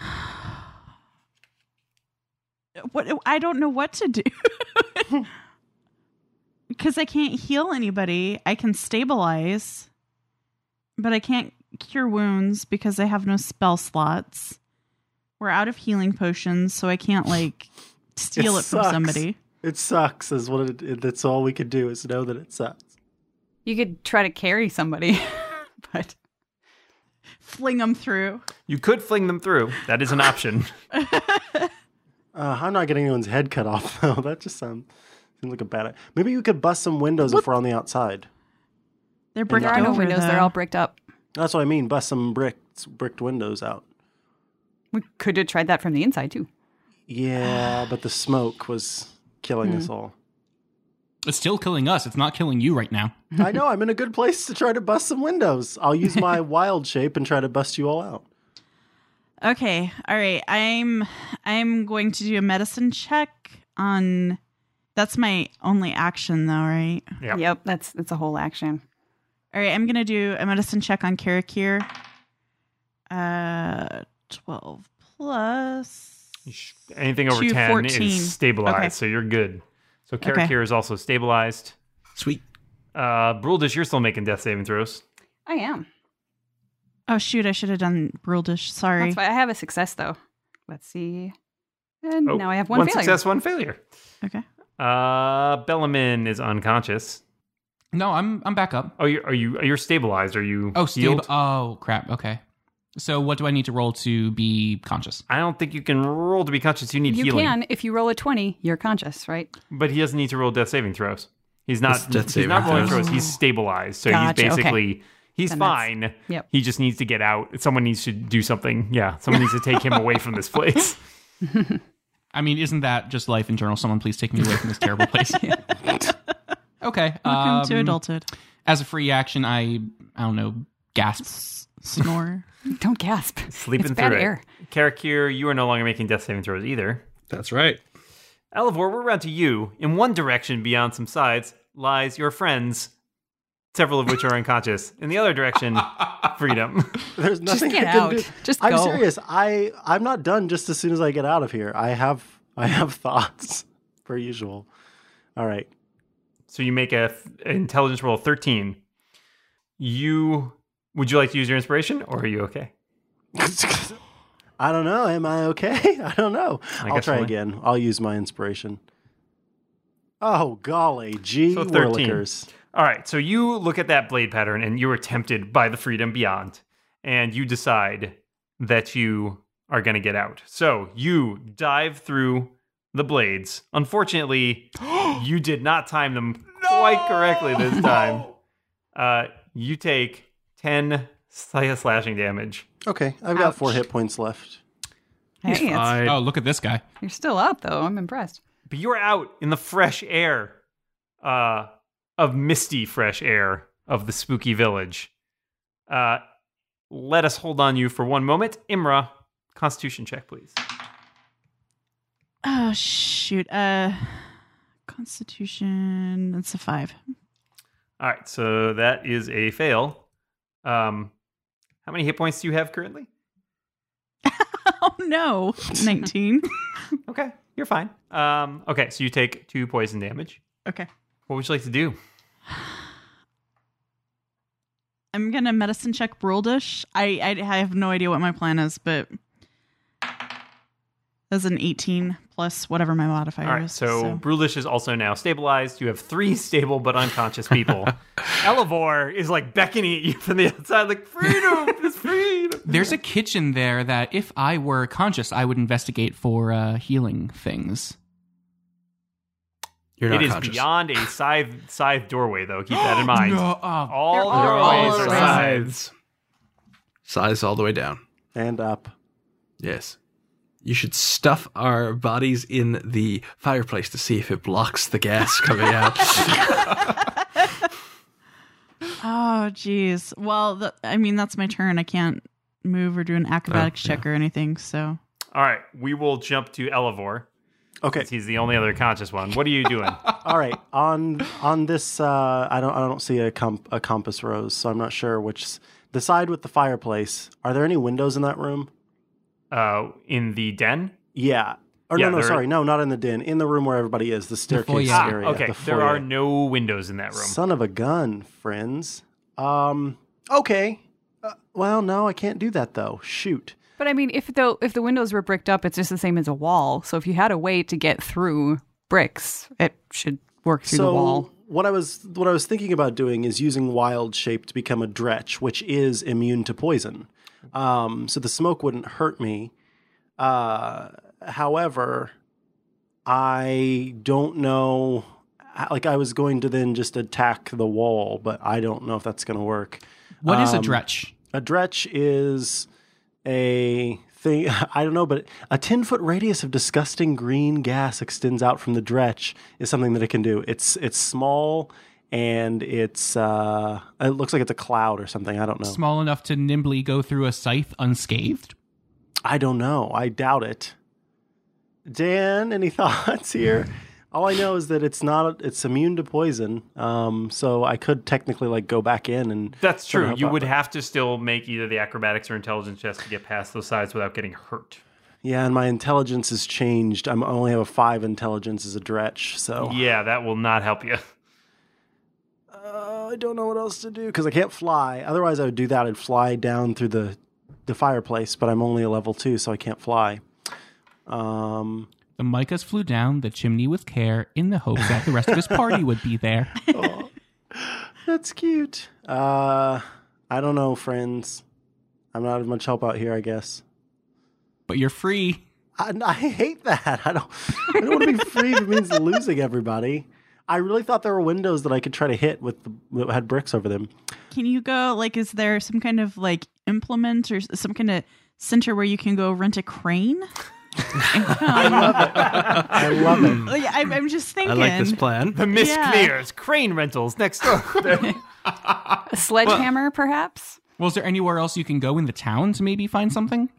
Speaker 3: What I don't know what to do. [laughs] Cuz I can't heal anybody. I can stabilize, but I can't cure wounds because I have no spell slots. We're out of healing potions, so I can't
Speaker 6: [laughs]
Speaker 3: like steal it,
Speaker 5: It
Speaker 3: from
Speaker 5: sucks.
Speaker 3: somebody.
Speaker 5: It sucks, is what it, it- That's all we could do is know that it sucks.
Speaker 6: You could try to carry somebody, but
Speaker 3: Fling them through.
Speaker 2: You could fling them through. That is an option.
Speaker 5: Uh, I'm not getting anyone's head cut off, [laughs] though. That just sounds, seems like a bad idea. Maybe we could bust some windows if we're on the outside.
Speaker 3: They're bricked
Speaker 6: there are no
Speaker 3: over,
Speaker 6: windows. They're
Speaker 3: though.
Speaker 6: all bricked up.
Speaker 5: That's what I mean. Bust some bricks, bricked windows out.
Speaker 6: We could have tried that from the inside too.
Speaker 5: Yeah, but the smoke was killing
Speaker 6: Hmm.
Speaker 5: us all.
Speaker 7: It's still killing us. It's not killing you right now.
Speaker 5: I know. I'm in a good place to try to bust some windows. I'll use
Speaker 6: [laughs]
Speaker 5: my wild shape and try to bust you all out.
Speaker 3: Okay. All right. I'm I'm going to do a medicine check on that's my only action though, right?
Speaker 2: Yep.
Speaker 6: Yep, that's that's a whole action.
Speaker 3: All right, I'm gonna do a medicine check on Karakir. Uh, twelve plus.
Speaker 2: Anything over
Speaker 3: Two
Speaker 2: 10
Speaker 3: 14.
Speaker 2: is stabilized,
Speaker 3: Okay.
Speaker 2: so you're good. So Karakir
Speaker 3: Okay.
Speaker 2: is also stabilized.
Speaker 4: Sweet.
Speaker 2: Uh, Bruldish, you're still making death saving throws.
Speaker 6: I am.
Speaker 3: Oh shoot, I should have done Bruldish. Sorry.
Speaker 6: That's why I have a success though. Let's see. And
Speaker 2: Oh,
Speaker 6: now I have one,
Speaker 2: one
Speaker 6: failure.
Speaker 2: success, one failure.
Speaker 3: Okay.
Speaker 2: Uh, Bellamin is unconscious.
Speaker 7: No, I'm I'm back up.
Speaker 2: Oh, you're, are you? You're stabilized? Are you?
Speaker 7: Oh, Steve.
Speaker 2: healed?
Speaker 7: Oh, crap. Okay. So what do I need to roll to be conscious?
Speaker 2: I don't think you can roll to be conscious. You need
Speaker 6: You
Speaker 2: healing,
Speaker 6: can if you roll a twenty, you're conscious, right?
Speaker 2: but he doesn't need to roll death saving throws. He's not.
Speaker 4: It's death
Speaker 2: he's not
Speaker 4: saving
Speaker 2: rolling
Speaker 4: throws.
Speaker 2: throws. He's stabilized, so
Speaker 6: Gotcha, okay.
Speaker 2: he's basically he's
Speaker 6: Then that's-
Speaker 2: fine.
Speaker 6: yep.
Speaker 2: He just needs to get out. Someone needs to do something. Yeah. Someone needs to take him away from this place.
Speaker 6: [laughs]
Speaker 7: I mean, isn't that just life in general? Someone please take me away from this terrible place. [laughs] okay.
Speaker 3: Welcome to
Speaker 7: um,
Speaker 3: adulthood.
Speaker 7: As a free action, I I don't know, gasp.
Speaker 2: [laughs]
Speaker 3: Snore.
Speaker 6: Don't gasp.
Speaker 2: Sleeping
Speaker 6: it's
Speaker 2: through
Speaker 6: bad
Speaker 2: it.
Speaker 6: air.
Speaker 2: Karakir, you are no longer making death saving throws either.
Speaker 4: That's right.
Speaker 2: Elevor, we're around to you. In one direction, beyond some sides, lies your friends, several of which are unconscious. In the other direction,
Speaker 4: [laughs]
Speaker 2: freedom.
Speaker 5: There's nothing
Speaker 6: get
Speaker 5: I can
Speaker 6: out.
Speaker 5: do.
Speaker 6: Just
Speaker 5: I'm
Speaker 6: go.
Speaker 5: serious. I I'm not done. Just as soon as I get out of here, I have I have [laughs] thoughts per usual. All right. [laughs]
Speaker 2: So you make a th- intelligence roll of 13. You would you like to use your inspiration, or are you okay?
Speaker 5: I don't know. Am I okay? [laughs] I don't know. I will
Speaker 2: guess
Speaker 5: try
Speaker 2: we'll-
Speaker 5: again. I'll use my inspiration. Oh golly, gee
Speaker 2: So 13.
Speaker 5: whirlikers.
Speaker 2: All right, so you look at that blade pattern and you are tempted by the freedom beyond, and you decide that you are going to get out. So you dive through the blades. Unfortunately, you did not time them quite correctly this time. Uh, you take 10 sli- slashing damage.
Speaker 5: Okay, I've got four
Speaker 6: Ouch.
Speaker 5: hit points left.
Speaker 6: Hey, it's-
Speaker 4: I,
Speaker 7: Oh, look at this guy.
Speaker 6: you're still up though. I'm impressed.
Speaker 2: But you're out in the fresh air uh, of misty fresh air of the spooky village. Uh, let us hold on you for one moment. Imra, constitution check, please.
Speaker 3: Oh shoot. Uh Constitution. That's a five. [laughs]
Speaker 2: All right, so that is a fail. Um, how many hit points do you have currently?
Speaker 3: Oh no. Nineteen. [laughs]
Speaker 2: Okay, you're fine. Um, okay, so you take two poison damage.
Speaker 3: okay.
Speaker 2: What would you like to do?
Speaker 3: I'm gonna medicine check Broldish. I, I I have no idea what my plan is, but that's an 18 plus whatever my modifier
Speaker 2: All right,
Speaker 3: is.
Speaker 2: so, Brulish is also now stabilized. You have three [laughs] stable but unconscious people. Elevor is like beckoning at you from the outside, like freedom, it's freedom.
Speaker 7: There's a kitchen there that if I were conscious, I would investigate for uh, healing things.
Speaker 4: you're not
Speaker 2: it is
Speaker 4: conscious.
Speaker 2: beyond a scythe scythe doorway, though. Keep
Speaker 7: [gasps]
Speaker 2: that in mind.
Speaker 7: No, oh,
Speaker 2: All
Speaker 6: They're all
Speaker 2: doorways are
Speaker 6: around.
Speaker 2: scythes.
Speaker 4: Size all the way down.
Speaker 5: And up.
Speaker 4: Yes. You should stuff our bodies in the fireplace to see if it blocks the gas coming [laughs] out.
Speaker 3: oh geez. Well, the, I mean that's my turn. I can't move or do an acrobatics check or anything. So
Speaker 2: All right, we will jump to Elevor.
Speaker 5: Okay.
Speaker 2: since He's the only other conscious one. What are you doing?
Speaker 5: All right. On on this, uh, I don't I don't see a comp a compass rose, so I'm not sure which. s- The side with the fireplace. Are there any windows in that room?
Speaker 2: uh, in the den?
Speaker 5: Yeah. Or
Speaker 2: Yeah,
Speaker 5: no, no,
Speaker 2: there-
Speaker 5: sorry, no, not in the den. In the room where everybody is, the staircase
Speaker 7: foyer. Ah,
Speaker 5: area.
Speaker 2: okay,
Speaker 5: the
Speaker 2: there
Speaker 5: foyer.
Speaker 2: are no windows in that room.
Speaker 5: Son of a gun, friends. Um. Okay. Uh, well, no, I can't do that though. Shoot.
Speaker 6: But I mean, if though if the windows were bricked up, it's just the same as a wall. So if you had a way to get through bricks, it should work through the wall.
Speaker 5: what I was what I was thinking about doing is using wild shape to become a dretch, which is immune to poison. Um, so the smoke wouldn't hurt me. Uh, however, I don't know. Like I was going to then just attack the wall, but I don't know if that's going to work.
Speaker 7: what is
Speaker 5: Um,
Speaker 7: a dretch?
Speaker 5: A dretch is a thing, [laughs] I don't know, but a 10 foot radius of disgusting green gas extends out from the dretch is something that it can do. It's, it's small and it's, uh, it looks like it's a cloud or something. I don't know.
Speaker 7: Small enough to nimbly go through a scythe unscathed?
Speaker 5: I don't know. I doubt it. Dan, any [laughs] thoughts here? All I know is that it's not, it's immune to poison. Um, so I could technically like go back in and
Speaker 2: That's true.
Speaker 5: somehow
Speaker 2: You
Speaker 5: pop
Speaker 2: would
Speaker 5: it.
Speaker 2: have to still make either the acrobatics or intelligence checks to get past those sides without getting hurt.
Speaker 5: Yeah, and my intelligence has changed. I'm, I only have a five intelligence as a dretch, so
Speaker 2: Yeah, that will not help you. [laughs]
Speaker 5: uh, I don't know what else to do because I can't fly. Otherwise, I would do that. I'd fly down through the the fireplace, but I'm only a level two, so I can't fly. Um,
Speaker 7: The micas flew down the chimney with care in the hopes that the rest of his party would
Speaker 2: [laughs]
Speaker 7: be there.
Speaker 5: that's cute. Uh, I don't know, friends. I'm not of much help out here, I guess.
Speaker 7: But you're free.
Speaker 5: I, I hate that. I don't. I don't want to be free. if It means losing everybody. I really thought there were windows that I could try to hit with the, that had bricks over them.
Speaker 3: can you go like is there some kind of like implement or s- some kind of center where you can go rent a crane? And come-
Speaker 5: I love it.
Speaker 3: like, I'm, I'm just thinking.
Speaker 4: I like this plan.
Speaker 2: The mist
Speaker 3: Yeah.
Speaker 2: clears. Crane rentals next door.
Speaker 6: A sledgehammer, perhaps.
Speaker 7: Well, is there anywhere else you can go in the town to maybe find something?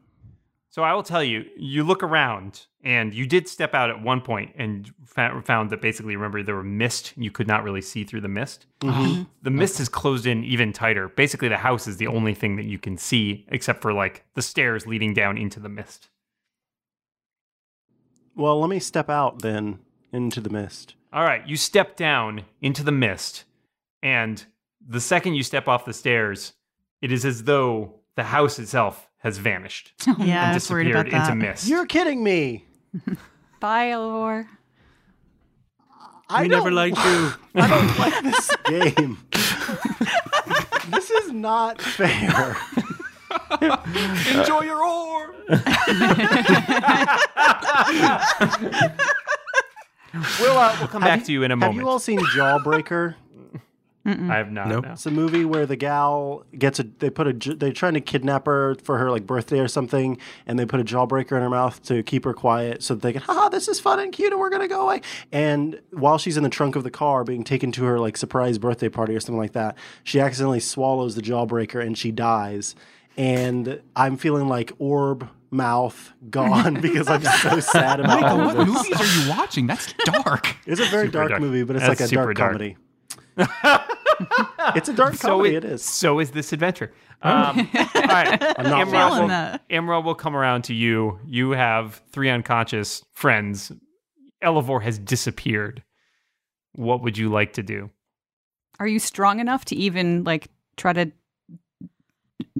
Speaker 2: so I will tell you. You look around, and you did step out at one point, and fa- found that basically, remember, there were mist. You could not really see through the mist.
Speaker 7: Mm.
Speaker 2: The mist is closed in even tighter. Basically, the house is the only thing that you can see, except for like the stairs leading down into the mist.
Speaker 5: Well, let me step out then into the mist.
Speaker 2: All right, you step down into the mist, and the second you step off the stairs, it is as though the house itself has vanished
Speaker 3: [laughs] Yeah,
Speaker 2: and
Speaker 3: I was worried
Speaker 2: disappeared
Speaker 3: about
Speaker 2: into
Speaker 3: that.
Speaker 2: mist.
Speaker 5: You're kidding me.
Speaker 6: Bye, Elvor.
Speaker 5: I
Speaker 4: We never
Speaker 5: don't-
Speaker 4: liked you.
Speaker 5: [laughs] I don't like this [laughs] game. [laughs] this is not fair.
Speaker 7: Enjoy your orb.
Speaker 2: we'll, uh, we'll come
Speaker 5: Have
Speaker 2: back to you in a
Speaker 5: Have
Speaker 2: moment.
Speaker 5: you all seen [laughs] Jawbreaker?
Speaker 2: I have not.
Speaker 4: Nope.
Speaker 2: no.
Speaker 5: It's a movie where the gal gets a. They put a. j- They're trying to kidnap her for her like birthday or something, and they put a jawbreaker in her mouth to keep her quiet, so that they can. Haha, this is fun and cute, and we're gonna go away. And while she's in the trunk of the car being taken to her like surprise birthday party or something like that, she accidentally swallows the jawbreaker and she dies. And I'm feeling like orb mouth gone because I'm so sad about
Speaker 7: [gasps] Michael,
Speaker 5: all
Speaker 2: [laughs]
Speaker 7: what
Speaker 5: of this.
Speaker 7: movies are you watching? That's dark.
Speaker 5: It's a very
Speaker 2: Super
Speaker 5: dark,
Speaker 2: dark.
Speaker 5: movie, but it's
Speaker 2: That's
Speaker 5: like a
Speaker 2: super
Speaker 5: dark,
Speaker 2: dark.
Speaker 5: comedy. it's a dark comedy. it is.
Speaker 2: So is this adventure. Um, [laughs] all right.
Speaker 3: [laughs]
Speaker 5: I'm not
Speaker 2: Emerald
Speaker 3: feeling
Speaker 2: will,
Speaker 3: that.
Speaker 2: Emerald will come around to you. You have three unconscious friends. Elevor has disappeared. What would you like to do?
Speaker 6: Are you strong enough to even like try to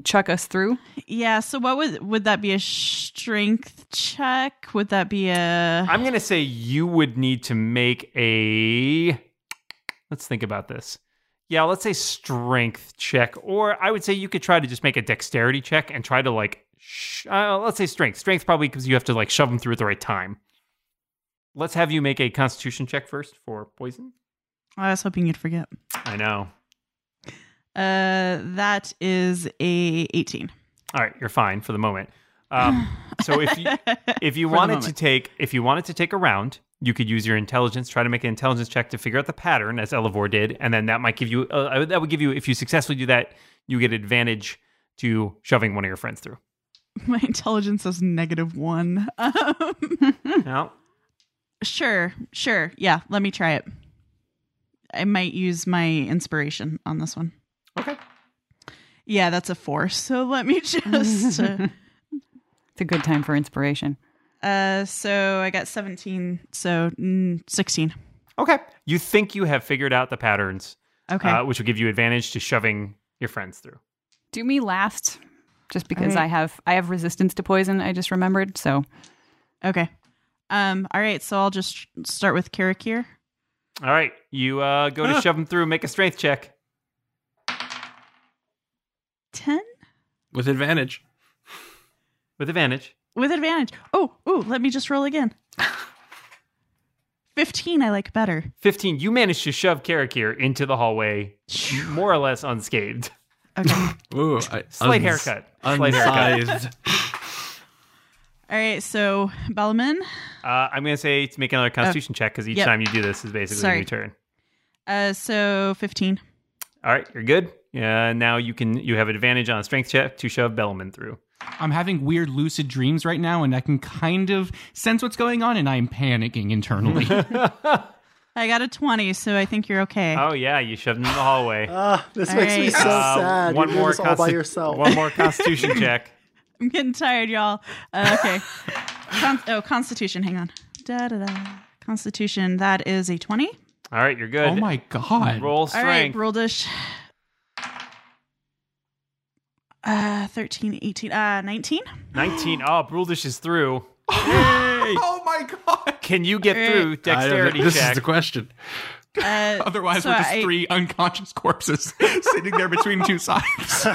Speaker 6: chuck us through?
Speaker 3: Yeah. So what would would that be a strength check? Would that be a
Speaker 2: I'm going to say you would need to make a. Let's think about this. Yeah, let's say strength check, or I would say you could try to just make a dexterity check and try to like, sh- uh, let's say strength. Strength probably because you have to like shove them through at the right time. Let's have you make a constitution check first for poison.
Speaker 3: I was hoping you'd forget.
Speaker 2: I know.
Speaker 3: Uh, that is a 18.
Speaker 2: All right, you're fine for the moment. Um, so [laughs] if you, if you
Speaker 3: For the
Speaker 2: wanted to
Speaker 3: moment.
Speaker 2: take if you wanted to take a round, you could use your intelligence, try to make an intelligence check to figure out the pattern as Elevor did, and then that might give you uh, that would give you if you successfully do that, you get advantage to shoving one of your friends through.
Speaker 3: [laughs] My intelligence is negative one. [laughs] Um,
Speaker 2: Now,
Speaker 3: sure, sure. Yeah, let me try it. I might use my inspiration on this one.
Speaker 2: okay,
Speaker 3: Yeah, that's a four. [laughs] So let me just. Uh,
Speaker 6: It's a good time for inspiration.
Speaker 3: uh, so I got 17, so mm, 16.
Speaker 2: okay, you think you have figured out the patterns,
Speaker 3: Okay.
Speaker 2: uh, which will give you advantage to shoving your friends through.
Speaker 6: Do me last, just because
Speaker 3: right.
Speaker 6: I have I have resistance to poison. I just remembered, so
Speaker 3: okay. Um, all right, so I'll just start with Karakir.
Speaker 2: All right, you uh, go to
Speaker 4: Ah.
Speaker 2: shove them through, make a strength check.
Speaker 3: 10
Speaker 4: With advantage.
Speaker 2: With advantage.
Speaker 3: with advantage. Oh, oh, let me just roll again. 15 I like better.
Speaker 2: 15, you managed to shove Karakir into the hallway, more or less unscathed.
Speaker 3: Okay.
Speaker 4: Ooh, I,
Speaker 2: Slight haircut. Slight haircut. [laughs]
Speaker 4: Unsized.
Speaker 3: All right, so Balaman,
Speaker 2: Uh, I'm going to say to make another constitution check because each
Speaker 3: yep.
Speaker 2: time you do this is basically a
Speaker 3: Sorry.
Speaker 2: new turn.
Speaker 3: uh, so fifteen.
Speaker 2: All right, you're good. Yeah, now you can you have advantage on a strength check to shove Bellman through.
Speaker 7: I'm having weird lucid dreams right now, and I can kind of sense what's going on, and I'm panicking [laughs] internally.
Speaker 3: I got a twenty, so I think you're okay.
Speaker 2: Oh yeah, you shoved him in the
Speaker 5: [laughs]
Speaker 2: hallway.
Speaker 5: Ah, this
Speaker 3: All
Speaker 5: makes me
Speaker 3: right.
Speaker 5: so
Speaker 2: Uh,
Speaker 5: sad.
Speaker 2: One
Speaker 5: you
Speaker 2: more
Speaker 5: do this all by
Speaker 2: consti-
Speaker 5: yourself.
Speaker 2: One
Speaker 5: [laughs]
Speaker 2: more constitution check.
Speaker 3: I'm getting tired, y'all. Uh, okay. Con- oh, Constitution. Hang on. Da da da. Constitution. That is a twenty.
Speaker 2: All right, you're good.
Speaker 7: oh my god!
Speaker 2: Roll
Speaker 3: All right,
Speaker 2: strength.
Speaker 3: roll dish. Uh, 13, 18, uh, 19.
Speaker 2: 19. Oh, Bruldish is through.
Speaker 4: [laughs]
Speaker 7: Oh my god!
Speaker 2: Can you get
Speaker 3: All right.
Speaker 2: through
Speaker 4: I don't
Speaker 2: dexterity
Speaker 4: know. This
Speaker 2: check?
Speaker 4: is the question.
Speaker 3: Uh,
Speaker 7: Otherwise,
Speaker 3: so
Speaker 7: we're just
Speaker 3: I-
Speaker 7: three unconscious corpses [laughs] sitting there between two [laughs] sides.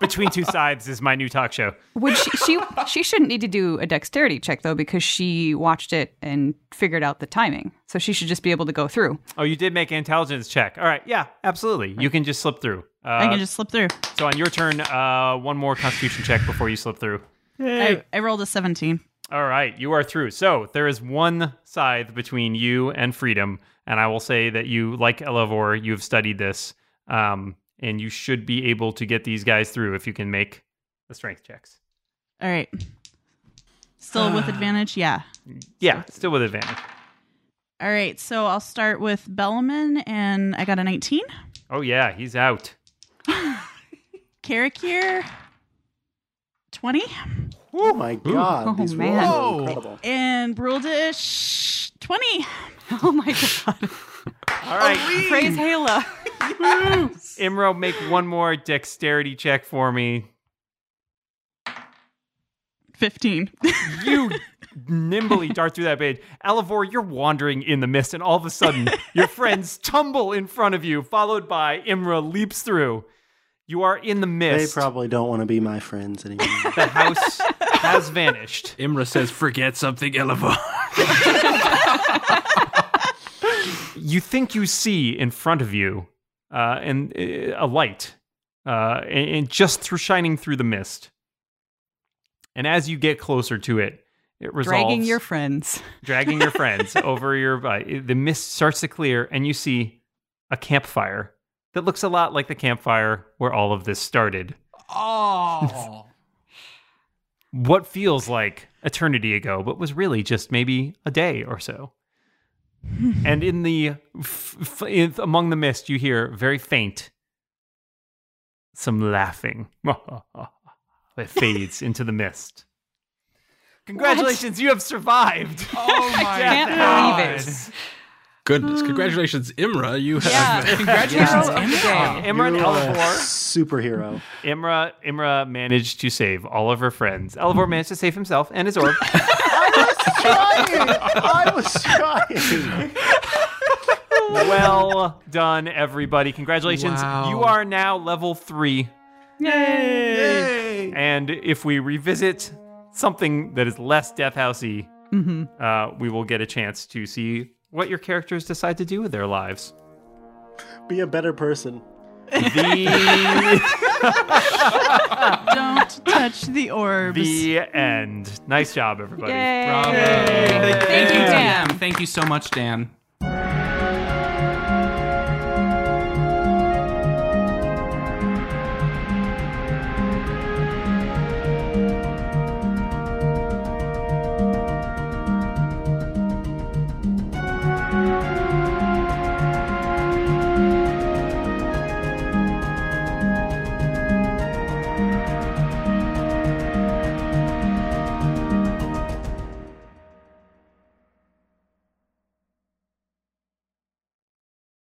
Speaker 2: Between
Speaker 4: [laughs]
Speaker 2: two sides is my new talk show.
Speaker 6: would she, she she shouldn't need to do a dexterity check though because she watched it and figured out the timing, so she should just be able to go through.
Speaker 2: Oh, you did make an intelligence check. All right, yeah, absolutely. You can just slip through. Uh,
Speaker 3: I can just slip through.
Speaker 2: So on your turn, uh, one more Constitution check before you slip through.
Speaker 3: I, I rolled a 17.
Speaker 2: All right, you are through. So there is one scythe between you and freedom, and I will say that you, like Elevor, you've studied this, um, and you should be able to get these guys through if you can make the strength checks.
Speaker 3: All right. Still with advantage? Yeah.
Speaker 2: Yeah, still with advantage.
Speaker 3: All right, so I'll start with Bellman, and I got a 19.
Speaker 2: Oh yeah, he's out.
Speaker 3: Karakir, 20.
Speaker 5: Oh my god,
Speaker 6: Oh,
Speaker 5: these
Speaker 6: man.
Speaker 5: rolls
Speaker 7: Whoa.
Speaker 5: are incredible.
Speaker 3: And Bruldish, 20.
Speaker 6: [laughs] Oh my god!
Speaker 2: All right,
Speaker 6: Praise Hala.
Speaker 2: [laughs] Imro, make one more dexterity check for me.
Speaker 3: 15.
Speaker 2: You nimbly dart through that page. Alivor, you're wandering in the mist, and all of a sudden,
Speaker 6: [laughs]
Speaker 2: your friends tumble in front of you, followed by Imra leaps through. You are in the
Speaker 5: They
Speaker 2: mist.
Speaker 5: probably don't want to be my friends anymore.
Speaker 2: [laughs] the house has vanished.
Speaker 4: Imra says, "Forget something, Elevar." [laughs]
Speaker 2: you think you see in front of you uh, and uh, a light uh, and, and just through shining through the mist and as you get closer to it it resolves
Speaker 6: Dragging your friends.
Speaker 2: dragging your
Speaker 7: [laughs]
Speaker 2: friends over your body the mist starts to clear and you see a campfire that looks a lot like the campfire where all of this started
Speaker 7: Oh.
Speaker 2: what feels like eternity ago, but was really just maybe a day or
Speaker 7: [laughs]
Speaker 2: so. and in the f- f- in, among the mist, you hear very faint some laughing. [laughs] it fades into the mist. Congratulations, you have survived. [laughs]
Speaker 7: oh my
Speaker 6: can't
Speaker 7: God.
Speaker 6: believe it.
Speaker 7: Mm.
Speaker 4: Goodness, congratulations, Imra! You have
Speaker 7: Congratulations,
Speaker 6: Yeah.
Speaker 7: Imra.
Speaker 2: Imra and
Speaker 5: You're a
Speaker 2: Elivor.
Speaker 5: superhero.
Speaker 2: Imra Imra managed to save all of her friends. Elivor managed to save himself and his orb.
Speaker 5: [laughs] I was trying.
Speaker 2: well done, everybody. Congratulations.
Speaker 7: Wow.
Speaker 2: You are now level three. Yay! And if we revisit something that is less Death Housey, uh, we will get a chance to see what your characters decide to do with their lives.
Speaker 5: Be a better person.
Speaker 2: The,
Speaker 3: Don't touch the orbs.
Speaker 2: the end. Nice job, everybody.
Speaker 6: Yay.
Speaker 7: Bravo. Thank you,
Speaker 6: Dan.
Speaker 7: Dan. Thank you so much, Dan.